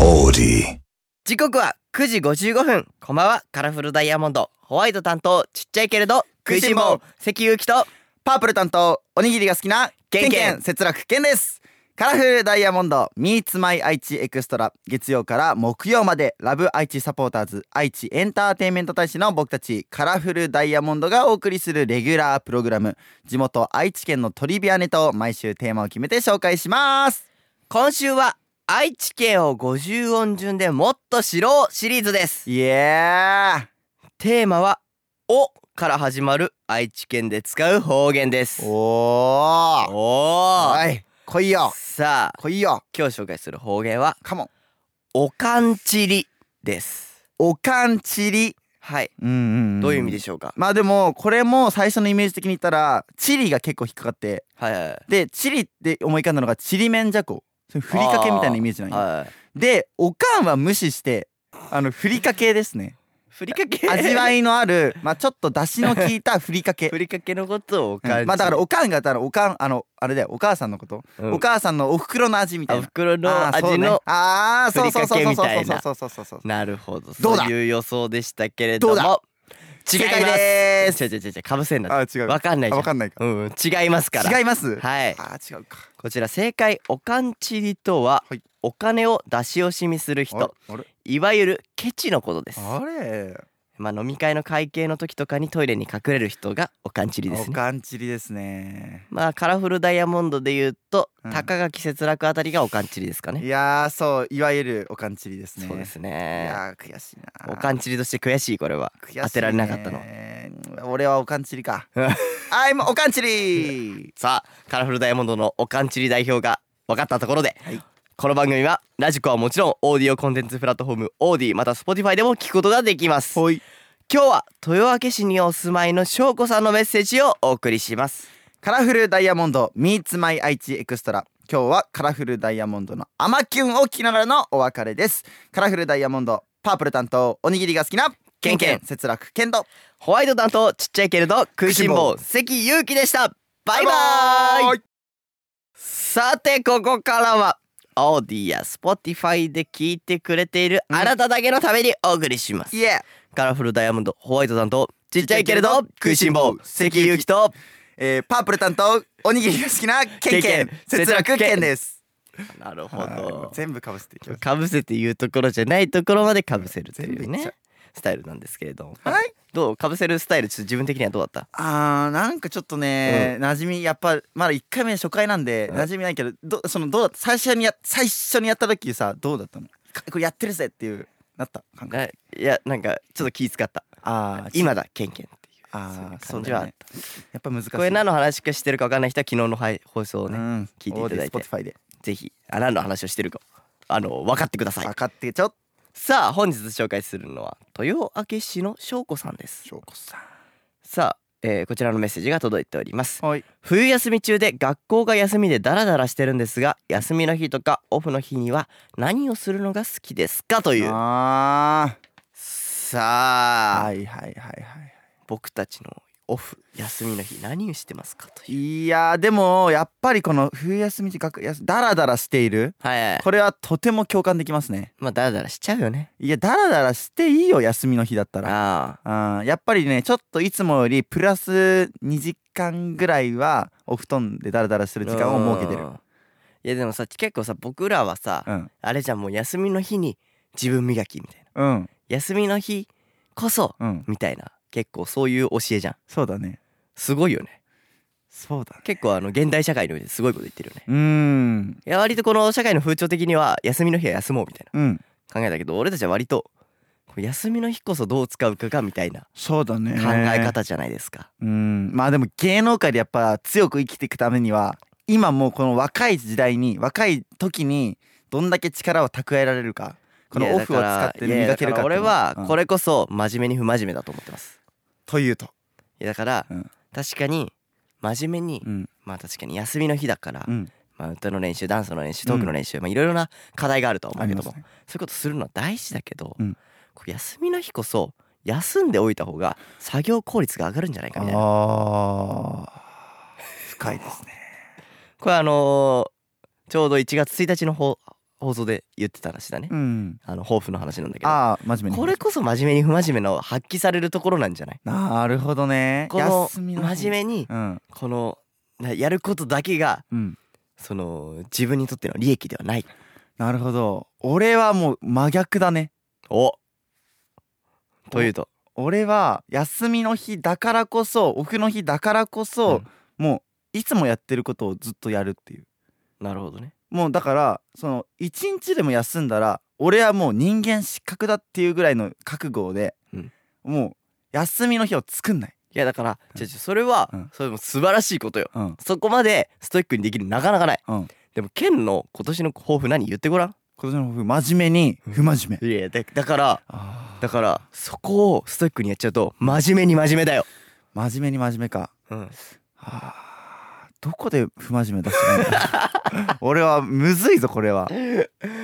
オーデ時刻は9時55分こんばんはカラフルダイヤモンドホワイト担当ちっちゃいけれど食いしん坊関ゆうきとパープル担当おにぎりが好きなケンケケンン節楽ケンですカラフルダイヤモンド Meets My 愛知エクストラ月曜から木曜までラブ愛知サポーターズ愛知エンターテインメント大使の僕たちカラフルダイヤモンドがお送りするレギュラープログラム地元愛知県のトリビアネタを毎週テーマを決めて紹介します今週は愛知県を50音順でもっと知ろうシリーズですイエテーマはおから始まる愛知県で使う方言でーすおおーおおい来いよさあ来いよ今日紹介する方言はカモンおかんちりですおかんちりはいうんうんんどういう意味でしょうか、まあでもこれも最初のイメージ的に言ったらチリが結構引っかかってはいはいはいでチリって思い浮かんだのがチリメンジャコそれふりかけみたいなイメージなんよはいでおかんは無視してあのふりかけですねふりかけ味わいのあるまあちょっと出汁の効 いたふりかけふりかけのことをおかんちり、うんまあだからおかんがだからおかんあのあれだよお母さんのこと、うんお母さんのお袋の味みたあいな袋のあーそう味ねのあーそうそうそうそうふりかけそみたいうそなうそうそうそうそうなるほどどうだそういう予想でしたけれどもどうだ違い正解ますでーす違う違う違う違うかぶせんなあ違うわかんないじゃあんわかんないかうんうん違いますから違いますはいあー違うかこちら正解おかんちりとは、はいお金を出し惜しみする人あれいわゆるケチのことですあれまあ飲み会の会計の時とかにトイレに隠れる人がおかんちりですおねかんちりですねまあカラフルダイヤモンドで言うと、うん高垣節楽あたりがおかんちりですかねいやーそういわゆるおかんちりですねそうですいねやー悔しいなおかんちりとして悔しいこれは悔しいね当てられなかったの俺はおかんちりかうんあいもおかんちりさあカラフルダイヤモンドのおかんちり代表が分かったところで、はいこの番組はラジコはもちろんオーディオコンテンツプラットフォームオーディまた Spotify でも聞くことができます今ほい日は豊明市にお住まいの翔子さんのメッセージをお送りしますカラフルダイヤモンド Meets My 愛知エクストラ今日はカラフルダイヤモンドのアマキュンを聞きながらのお別れですカラフルダイヤモンドパープル担当おにぎりが好きなケンケン節楽ケンドホワイト担当ちっちゃいけれど食いしん坊食関ゆうきでしたバイバイさてここからはオーディや Spotify で聞いてくれているあなただけのためにお送りしますイエーカラフルダイヤモンドホワイトさんとちっちゃいけれど食いしん坊関ゆうきとえー、パープル担当おにぎりが好きなケンケン節楽ケンですなるほはいど全部かぶせていきますかぶせて言うところじゃないところまでかぶせるという全部いっちゃねスタイルなんですけれどもはいどうかぶせるスタイルちょっと自分的にはどうだったあーなんかちょっとね、馴染みやっぱまだ1回目初回なんで、うん馴染みないけどどそのどうだった最初にや最初にやった時さどうだったのかこれやってるぜっていうなった感覚ないやなんかちょっと気使ったあーち今だケンケンっていうあーそそういう感じうだはあっよねやっぱ難しいこれ何の話かしてるか分かんない人は昨日の配放送をうねん、聞いていただいて Spotify でぜひあ何の話をしてるかあの分かってください分かってちょっとさあ本日紹介するのは豊明市の翔子さんです翔子ささあ、えーこちらのメッセージが届いておりますんはい冬休み中で学校が休みでダラダラしてるんですが休みの日とかオフの日には何をするのが好きですかというあーさあ、はいはいはいはい僕たちのオフ休みの日何をしてますかといういやーでもやっぱりこの冬休み時間ダラダラしているはいこれはとても共感できますねまあダラダラしちゃうよねいやダラダラしていいよ休みの日だったらああーやっぱりねちょっといつもよりプラス2時間ぐらいはお布団でダラダラすある時間を設けてるいやでもさ結構さ僕らはさ、うんあれじゃんもう休みの日に自分磨きみたいなうん休みの日こそうんみたいな結構そういう教えじゃんそうだねすごいよねそうだね結構あの現代社会においてすごいこと言ってるよねうーんいや割とこの社会の風潮的には休みの日は休もうみたいなうん考えだけど俺たちは割と休みの日こそどう使うかがみたいなそうだね考え方じゃないですか、うんまあでも芸能界でやっぱ強く生きていくためには今もうこの若い時代に若い時にどんだけ力を蓄えられるかこのオフを使っていや磨だけからるかってい俺うのはうんこれこそ真面目に不真面目だと思ってますというといやだからうん確かに真面目にうんまあ確かに休みの日だからうんまあ歌の練習ダンスの練習トークの練習まあいろいろな課題があるとは思あうけりどもますそういねうことするのは大事だけどうんこう休みの日こそ休んでおいた方が作業効率が上がるんじゃないかみたいなあー深いですねこれあのーちょうど1月1日のほ放送で言ってた話だね、うんあの抱負の話なんだけどああ真面目にこれこそ真面目に不真面目の発揮されるところなんじゃないなるほどねこの休みの日真面目にうんこのなやることだけがうんその自分にとっての利益ではないなるほど俺はもう真逆だねおというと俺は休みの日だからこそオフの日だからこそ、もういつもやってることをずっとやるっていうなるほどねもうだからその一日でも休んだら俺はもう人間失格だっていうぐらいの覚悟で、うんもう休みの日を作んない、いやだからじゃあじゃあそれはうんそれも素晴らしいことようん、そこまでストイックにできるなかなかない、うんでも県の今年の抱負何言ってごらん今年の抱負真面目にうん不真面目、いやだだからあだからそこをストイックにやっちゃうと真面目に真面目だよ、ー真面目に真面目かうん、あーどこで不真面目出してない の俺はむずいぞこれは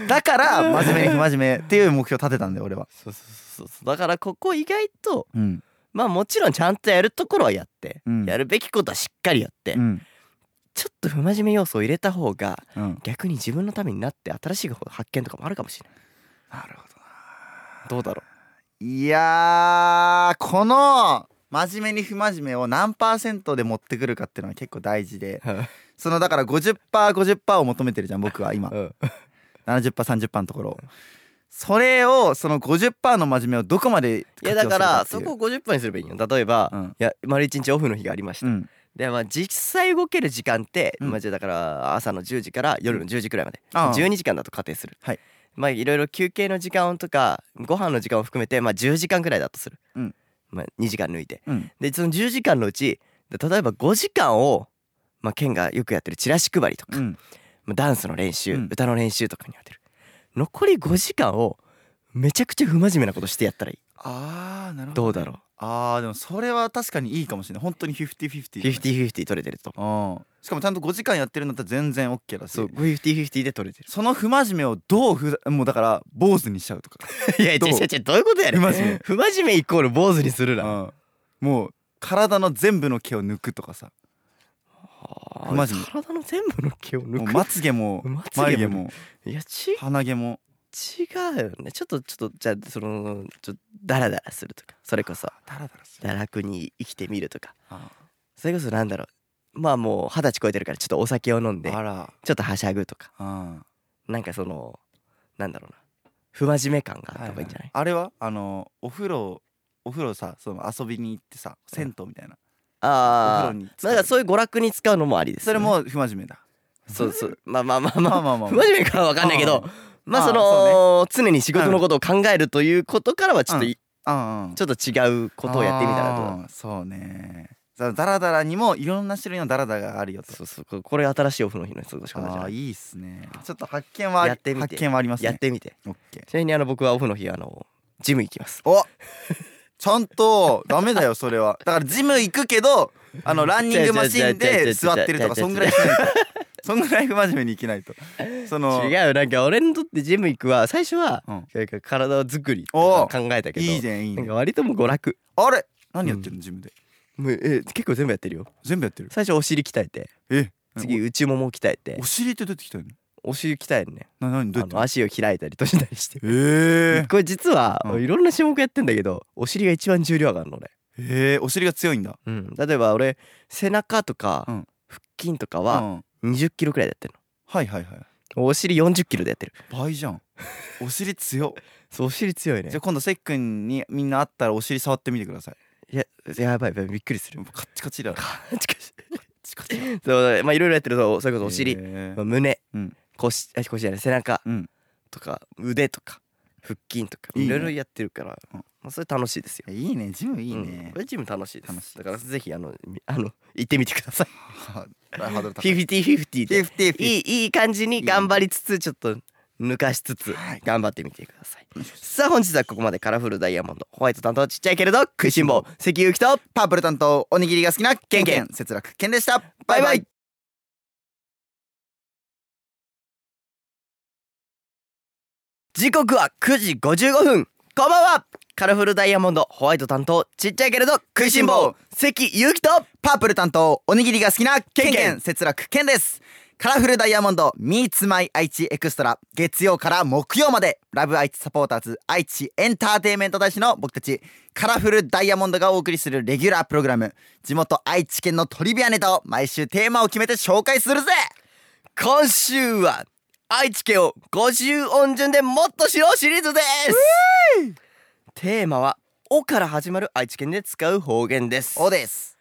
だから真面目に不真面目っていう目標立てたんだよ俺はそうそうそうそうだからここ意外とうんまあもちろんちゃんとやるところはやって、うんやるべきことはしっかりやって、うんちょっと不真面目要素を入れた方がうん逆に自分のためになって新しい発見とかもあるかもしれないなるほどなどうだろいやーこの真面目に不真面目を何パーセントで持ってくるかっていうのは結構大事でう、そのだから 50%50% を求めてるじゃん僕は今うん、 70%30% のところそれをその50%の真面目をどこまでいやだから活そ用するこを50分にすればいいよ例えば、うんいや丸一日オフの日がありましってた、いううんでまあ実際動ける時間って、うんまあじゃあだから朝の10時から夜の10時くらいまで、ああ12時間だと仮定する、はいまあいろいろ休憩の時間とかご飯の時間を含めてまあ10時間くらいだとする、うんまあ、2時間抜いてうんでその10時間のうちで例えば5時間を、まあ、県がよくやってるチラシ配りとか、うんまあ、ダンスの練習、うん歌の練習とかに当てる残り5時間をめちゃくちゃ不真面目なことしてやったらいいああなるほどどうだろあーでもそれは確かにいいかもしれない本当にう5050 50/50取れてるとうんしかもちゃんと5時間やってるんだったら全然 OK だしそう50/50で取れてるその不真面目をどうふざもうだから坊主にしちゃうとかいや、違うどう違う違う、どういうことやねん。不真面目不真面目イコール坊主にするな。うんもう体の全部の毛を抜くとかさ不真面目体の全部の毛をもう抜く。まつげもまつ眉げ毛も。もいや、ち、鼻毛も違うよね。ちょっと、ちょっと、じゃあ、その、ちょっと、ダラダラするとか。それこそ、ダラダラする堕落に生きてみるとか。あそれこそ、なんだろう。まあもう、二十歳超えてるから、ちょっとお酒を飲んで、あらちょっとはしゃぐとか。うんなんかその、なんだろうな。不真面目感があっはたい方がいいんじゃないあれはあのお風呂お風呂さその遊びに行ってさ銭湯みたいなああ。お風呂に使なんかそういう娯楽に使うのもありです、ね。それも不真面目だそうそう。まあまあまあままああ。まあまあ不真面目からわかんないけど、まあああその常に仕事のことを考えるということからはちょっというんうんちょっと違うことをやってみたらどうだあーそうねさダラダラにもいろんな種類のダラダラがあるよとそうそうここれ新しいオフの日の過ごし方じゃあなーいいいっすねちょっと発見はありやってみて発見はありますねやってみてオッケーちなみにあの僕はオフの日あのジム行きますおちゃんとダメだよそれはだからジム行くけど あのランニングマシンで座ってるとかそんぐらいしないとそんぐらい不 真面目にいけないとその違うよなんか俺にとってジム行くは最初はうんなんか体作りとか考えたけどいいねいいなんねか割ともう娯楽あれ何やってるのジムでもうえ結構全部やってるよ全部やってる最初お尻鍛えてえ次内もも鍛えてお尻って出てきたよねお尻鍛えるねな何あどうやっての足を開いたりとしたりしてえーこれ実はうんいろんな種目やってんだけどお尻が一番重量上がるの俺、えーお尻が強いんだ例えば俺背中とかうん腹筋とかうんははい2 0キロくらいでやってるはいはいのお尻4 0キロでやってる倍じゃんお尻強 そうお尻強いねじゃあ今度せっくんにみんな会ったらお尻触ってみてくださいいややばいやばいびっくりす るカッチカチだよカッチカチだよそうまあいろいろやってるとそれこそお尻、えまあー胸、うん腰あ腰じゃない背中うんとか腕とか腹筋とかいいいねろいろやってるからうんまあそれ楽しいですよいやいいねジムいいうんねこ、れチーム楽しいです楽しいだからぜひあのみあの行ってみてく ださいハードル高い50/50で50いいいい感じに頑張りつつちょっと抜かしつつはい頑張ってみてくださいさあ本日はここまでカラフルダイヤモンドホワイト担当ちっちゃいけれど食いしん坊関ゆきとパープル担当おにぎりが好きなケンケン節楽ケンでしたバイバイ時刻は9時55分こんばんはカラフルダイヤモンドホワイト担当ちっちゃいけれど食いしん坊関ゆきとパープル担当おにぎりが好きなケンケン節楽ケンですカラフルダイヤモンド Meets My 愛知エクストラ月曜から木曜までラブ愛知サポーターズ愛知エンターテインメント大使の僕たちカラフルダイヤモンドがお送りするレギュラープログラム地元愛知県のトリビアネタを毎週テーマを決めて紹介するぜ今週は愛知県を50音順でもっと知ろうシリーズですテーマは「お」から始まる愛知県で使う方言ですおです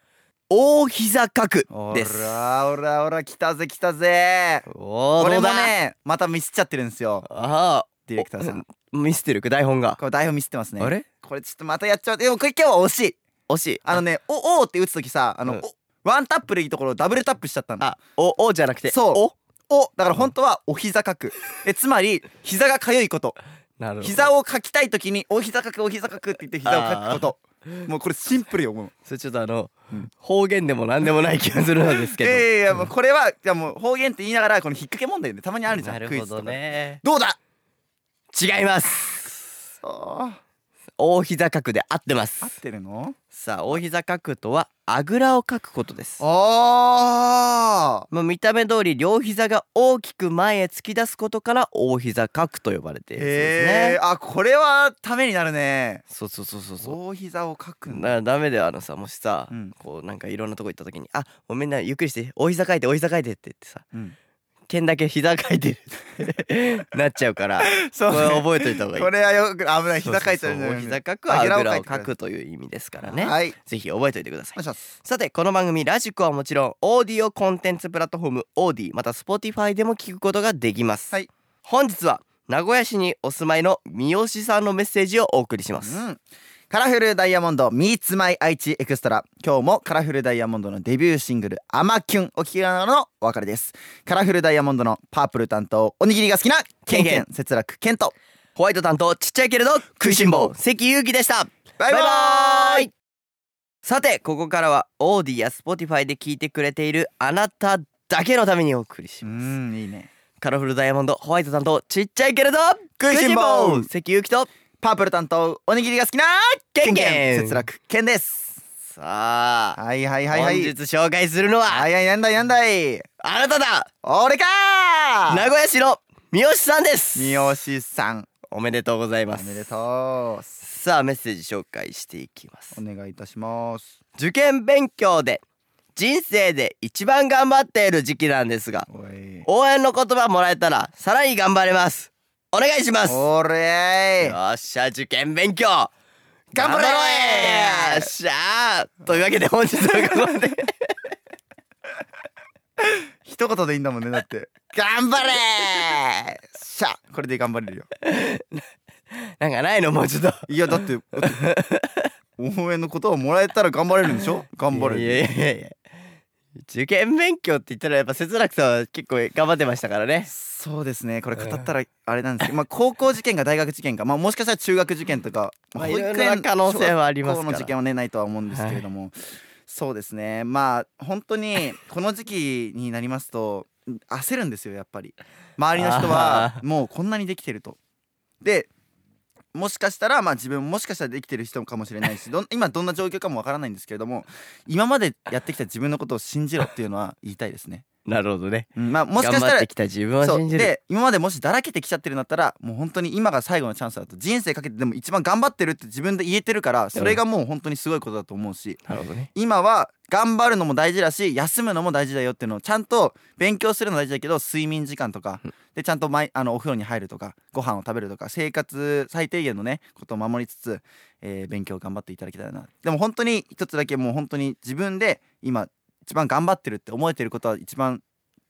大膝かくおですらおらおら来たぜ来たぜおーこれどうもだねまたミスっちゃってるんですよああディレクターさんミスってる台本がこれ台本ミスってますねあれこれちょっとまたやっちゃうでもこれ今日は惜しい惜しいあのね「おお」って打つ時さあの、うんおワンタップでいいところをダブルタップしちゃったのあおおじゃなくてそうおだから本当はお膝かくえつまり膝がかゆいことおなるほど膝をかきたい時にお膝かくお膝かくって言って膝をかくこともうこれシンプルよもうそれちょっとあの、うん方言でもなんでもない気がするのですいけどやいやいやもうこれはいやもう方言って言いながらこの引っ掛け問題ねたまにあるじゃんなるクイほズとどかねどうだ違いますあ大膝かくで合ってますー合ってるのさあ大膝かくとはあぐらをかくことですあまあ、見た目通り両膝が大きく前へ突き出すことから大膝角と呼ばれているそうですへえねあこれはためになるねそうそうそうそうそう大膝をかくんだなダメだよあのさもしさ、うんこうなんかいろんなとこ行った時に「あごめんなゆっくりしてお膝かいてお膝かいて」って言ってさうん剣だけ膝かいて るなっちゃうから そうこれ覚えといた方がいいこれはよく危ないそうそうそう膝かいちゃうお膝かくああぐらをぐからいをてくださかいくという意味ですからね、はいぜひ覚えておいてくださいお願いしますさてこの番組ラジコはもちろんオーディオコンテンツプラットフォームオーディまた Spotify でも聞くことができます、はい本日は名古屋市にお住まいの三好さんのメッセージをお送りします、うんカラフルダイヤモンド Meets My 愛知エクストラ今日もカラフルダイヤモンドのデビューシングル「アマキュン」お聴きながらのお別れですカラフルダイヤモンドのパープル担当おにぎりが好きなケンケン節楽ケントホワイト担当ちっちゃいけれど食いしん坊関裕貴でしたバイバーイさてここからはオーディや Spotify で聞いてくれているあなただけのためにお送りしうます、んいいねカラフルダイヤモンドホワイト担当ちっちゃいけれど食いしん坊食い関裕貴とパープル担当おにぎりが好きなケンケン節楽ケンですさあ、はいはいはいはい本日紹介するのははいはいなんだいなんだいあなただ俺かー名古屋市の三好さんです三好さんおめでとうございまおめすでとうさあメッセージ紹介していきますお願いいたします受験勉強で人生で一番頑張っている時期なんですがおい応援の言葉もらえたらさらに頑張れますお願いしますよおれーっしゃ受験勉強頑張れよっしゃーというわけで本日はここまで 一言でいいんだもんねだって 頑張れーしゃこれで頑張れるよなんかないのもうちょっといやだってだ って応援のことをもらえたら頑張れるんでしょ頑張れいるやいやいやいや受験勉強って言ったらやっぱ節楽さんは結構頑張ってましたからねそうですねこれ語ったらあれなんですけど、まあ、高校受験か大学受験か、まあ、もしかしたら中学受験とか、まあいろいろな可能性はありますから小学校の受験はねないとは思うんですけれども、そうですねまあ本当にこの時期になりますと焦るんですよやっぱり周りの人はあもうこんなにできてると。でもしかしたらまあ自分ももしかしたらできてる人かもしれないしどん今どんな状況かもわからないんですけれども今までやってきた自分のことを信じろっていうのは言いたいですね。なるほどねうんまあ、もしかした頑張っらてきた自分をそう信じるで今までもしだらけてきちゃってるんだったらもう本当に今が最後のチャンスだと人生かけてでも一番頑張ってるって自分で言えてるからそれがもう本当にすごいことだと思うしなるほどね今は頑張るのも大事だし休むのも大事だよっていうのをちゃんと勉強するの大事だけど睡眠時間とかでちゃんと毎あのお風呂に入るとかご飯を食べるとか生活最低限のねことを守りつつ、えー勉強を頑張っていただきたいなでも本当に一つだけもう本当に自分で今一番頑張ってるって思えてることは一番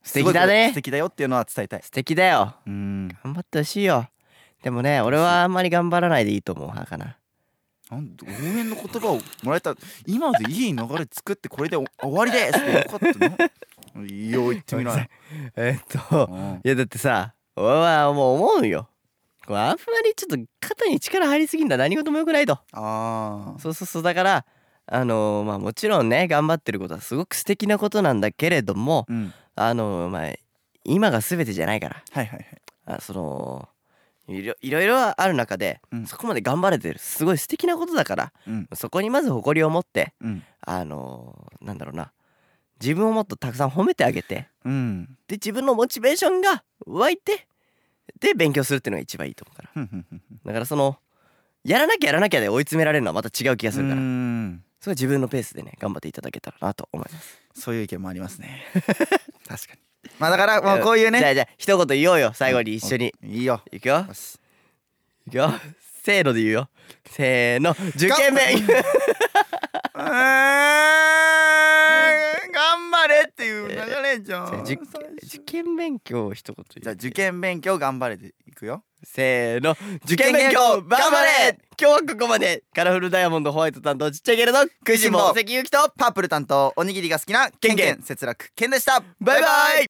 素敵だねすごいこと素敵だよっていうのは伝えたい素敵だようん頑張ってほしいよでもね俺はあんまり頑張らないでいいと思う派かななんで応援の言葉をもらえた今でいい流れ作ってこれでお終わりですってよかったのいいよ言ってみなよえっとうんいやだってさ俺はもう思うよこうあんまりちょっと肩に力入りすぎんだ何事もよくないとあーそうそうそうだからあのまあもちろんね頑張ってることはすごく素敵なことなんだけれどもうんあのまあ今が全てじゃないからはいはいはいあそのいろいろいろある中で、うんそこまで頑張れてるすごい素敵なことだからうんそこにまず誇りを持ってうんあのなんだろうな自分をもっとたくさん褒めてあげてうんで自分のモチベーションが湧いてで勉強するっていうのが一番いいと思うからふんふんふんだからそのやらなきゃやらなきゃで追い詰められるのはまた違う気がすふるから、んそれは自分のペースでね頑張っていただけたらなと思いますそういう意見もありますね確かにまあだからもうこういうじゃねあじゃあ一言言おうよ最後に一緒に、いいよいくよよしいくよせーので言うよせーの受験勉強うーん頑張れっていう流れじゃん受受験勉強を一言言うじゃあ受験勉強頑張れでいくよせーの受験勉強頑頑張張れれ今日はここまでカラフルダイヤモンドホワイト担当ちっちゃいけれど食いしん坊関ゆきとパープル担当おにぎりが好きなケンケン節楽ケンでしたバイバイ